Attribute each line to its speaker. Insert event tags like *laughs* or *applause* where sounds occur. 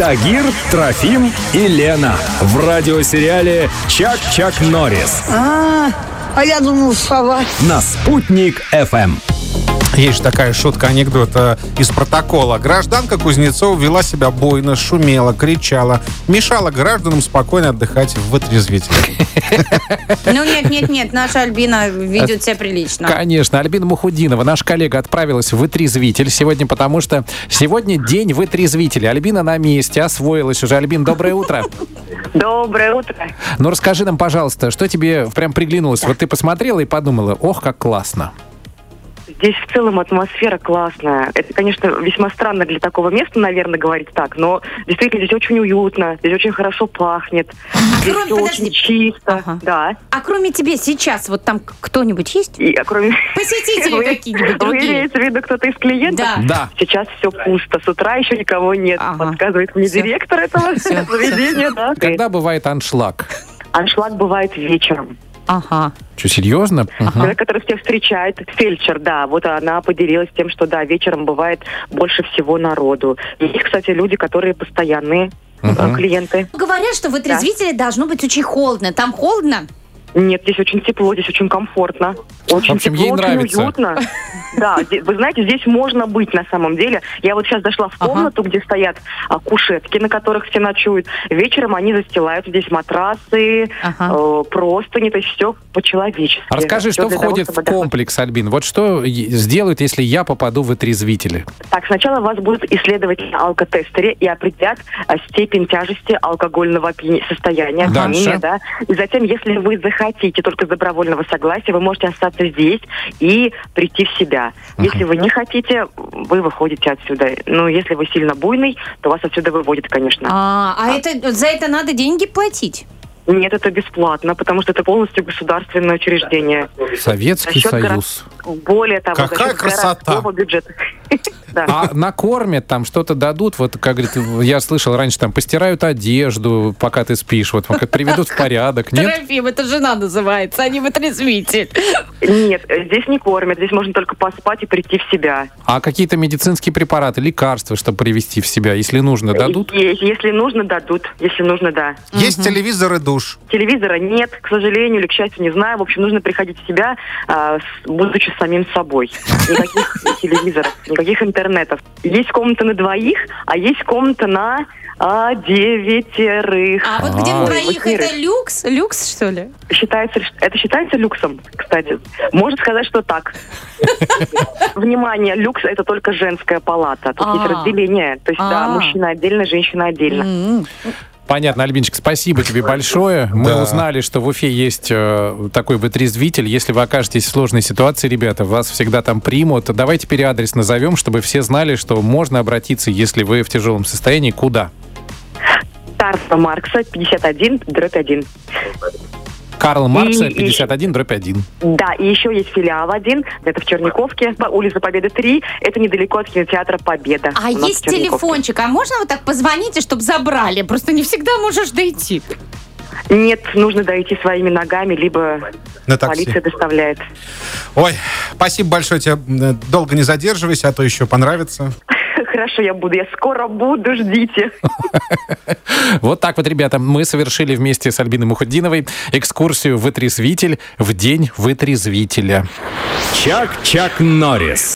Speaker 1: Тагир, Трофим и Лена в радиосериале «Чак-Чак Норрис»
Speaker 2: А, а я думал сова.
Speaker 1: на «Спутник Эм». ФМ».
Speaker 3: Есть же такая шутка, анекдот э, из протокола. Гражданка Кузнецова вела себя бойно, шумела, кричала, мешала гражданам спокойно отдыхать в отрезвителе.
Speaker 4: Ну нет, нет, нет, наша Альбина ведет себя
Speaker 5: А.
Speaker 4: прилично.
Speaker 6: Конечно, Альбина Мухудинова, наш коллега, отправилась в вытрезвитель сегодня, потому что сегодня день вытрезвителя. Альбина на месте, освоилась уже. Альбин, доброе
Speaker 5: *laughs*
Speaker 6: утро.
Speaker 5: Доброе утро.
Speaker 6: Ну, расскажи нам, пожалуйста, что тебе прям приглянулось? Вот ты посмотрела и подумала, ох, как классно.
Speaker 5: Здесь в целом атмосфера классная. Это, конечно, весьма странно для такого места, наверное, говорить так, но действительно здесь очень уютно, здесь очень хорошо пахнет, здесь
Speaker 4: А Кроме-
Speaker 5: все
Speaker 4: Ну, подожди.
Speaker 5: очень чисто,
Speaker 4: Ага.
Speaker 5: да.
Speaker 4: А кроме тебя сейчас вот там кто-нибудь есть?
Speaker 5: И а кроме
Speaker 4: Посетители
Speaker 5: Вы-
Speaker 4: какие-нибудь
Speaker 5: Вы
Speaker 4: другие?
Speaker 5: имеете в виду кто-то из клиентов?
Speaker 4: Да.
Speaker 6: Да.
Speaker 5: Сейчас все пусто, с утра еще никого нет.
Speaker 4: Ага.
Speaker 5: Подсказывает мне
Speaker 4: Всё.
Speaker 5: директор этого
Speaker 4: Всё, всё.
Speaker 5: заведения, да.
Speaker 6: Когда бывает аншлаг?
Speaker 5: Аншлаг бывает вечером.
Speaker 4: Ага.
Speaker 6: Что, серьезно? Мгм.
Speaker 5: Человек, который всех встречает, фельдшер, да, вот она поделилась тем, что да, вечером бывает больше всего народу. Есть, кстати, люди, которые постоянные э,
Speaker 6: Мгм.
Speaker 5: клиенты.
Speaker 4: Говорят, что в отрезвителе должно быть очень холодно. Там холодно?
Speaker 5: Нет, здесь очень тепло, здесь очень комфортно. Очень
Speaker 6: В общем,
Speaker 5: тепло,
Speaker 6: ей
Speaker 5: очень
Speaker 6: нравится. *laughs*
Speaker 5: уютно. Да, здесь- вы знаете, здесь можно быть на самом деле. Я вот сейчас зашла в
Speaker 4: Ага.
Speaker 5: комнату, где стоят а, кушетки, на которых все ночуют. Вечером они застилают здесь матрасы,
Speaker 4: Ага.
Speaker 5: э, простыни, то есть все по-человечески.
Speaker 6: А Расскажи,
Speaker 5: Всё
Speaker 6: что
Speaker 5: для того,
Speaker 6: входит в
Speaker 5: чтобы отдохнуть.
Speaker 6: комплекс, Альбин? Вот что е- сделают, если я попаду в отрезвители?
Speaker 5: Так, сначала вас будут исследовать на алкотестере и определят а, степень тяжести алкогольного опьяне- состояния.
Speaker 6: Ага.
Speaker 5: опьянения,
Speaker 6: Дальше.
Speaker 5: да. И затем, если вы захотите только с добровольного согласия, вы можете остаться здесь и прийти в себя. Если вы не хотите, вы выходите отсюда. Ну, если вы сильно буйный, то вас отсюда выводят, конечно.
Speaker 4: А, а это за это надо деньги платить?
Speaker 5: Нет, это бесплатно, потому что это полностью государственное учреждение.
Speaker 6: Советский
Speaker 5: Насчет город-
Speaker 6: Союз.
Speaker 5: Более того, за
Speaker 3: Какая
Speaker 5: счет
Speaker 3: красота!
Speaker 5: городского бюджета. *laughs* Да.
Speaker 6: А накормят там, что-то дадут, вот, как говорит, я слышал раньше, там, постирают одежду, пока ты спишь, вот, как приведут в порядок, нет?
Speaker 4: Трофим, это жена называется, а не в отрезвитель.
Speaker 5: Нет, э, здесь не кормят, здесь можно только поспать и прийти в себя.
Speaker 6: А какие-то медицинские препараты, лекарства, чтобы привести в себя, если нужно, дадут?
Speaker 5: Е- Если нужно, дадут. Если нужно, да.
Speaker 3: Есть телевизор и душ.
Speaker 5: Телевизора нет, к сожалению, или к счастью, не знаю. В общем, нужно приходить в себя, а, с- будучи самим собой. Никаких телевизоров, никаких интернетов. Есть комната на двоих, а есть комната на а, девятерых.
Speaker 4: А вот где
Speaker 6: А.
Speaker 4: на двоих
Speaker 5: Ой,
Speaker 4: это люкс? Люкс, что ли?
Speaker 5: Считается, ли- это считается люксом, кстати. Можно сказать,
Speaker 4: *laughs*
Speaker 5: что так. Внимание, люкс это только женская палата. Тут есть
Speaker 4: А.
Speaker 5: разделение. То есть, да,
Speaker 4: А.
Speaker 5: мужчина отдельно, женщина отдельно.
Speaker 4: М.
Speaker 6: Понятно, Альбинчик, спасибо тебе большое. Мы
Speaker 3: Да.
Speaker 6: узнали, что в Уфе есть э, такой вытрезвитель. Если вы окажетесь в сложной ситуации, ребята, вас всегда там примут. Давайте переадрес назовем, чтобы все знали, что можно обратиться, если вы в тяжелом состоянии, куда?
Speaker 5: Тарса Маркса 51 дробь 1.
Speaker 6: Карл Маркса,
Speaker 5: И- и-
Speaker 6: 51, дробь 1.
Speaker 5: Да, и еще есть филиал один, это в Черниковке, по- улица Победы 3, это недалеко от кинотеатра Победа.
Speaker 4: А
Speaker 5: у нас в
Speaker 4: есть
Speaker 5: Черниковке.
Speaker 4: телефончик, а можно вот так позвоните, чтобы забрали? Просто не всегда можешь дойти.
Speaker 5: Нет, нужно дойти своими ногами, либо
Speaker 3: На такси.
Speaker 5: полиция доставляет. *laughs*
Speaker 3: Ой, спасибо большое тебе. Э, Долго не задерживайся, а то еще понравится.
Speaker 5: Хорошо, я буду, я скоро буду, ждите.
Speaker 6: Вот так вот, ребята, мы совершили вместе с Альбиной Мухудиновой экскурсию в вытрезвитель в день вытрезвителя.
Speaker 1: Чак-Чак Норрис.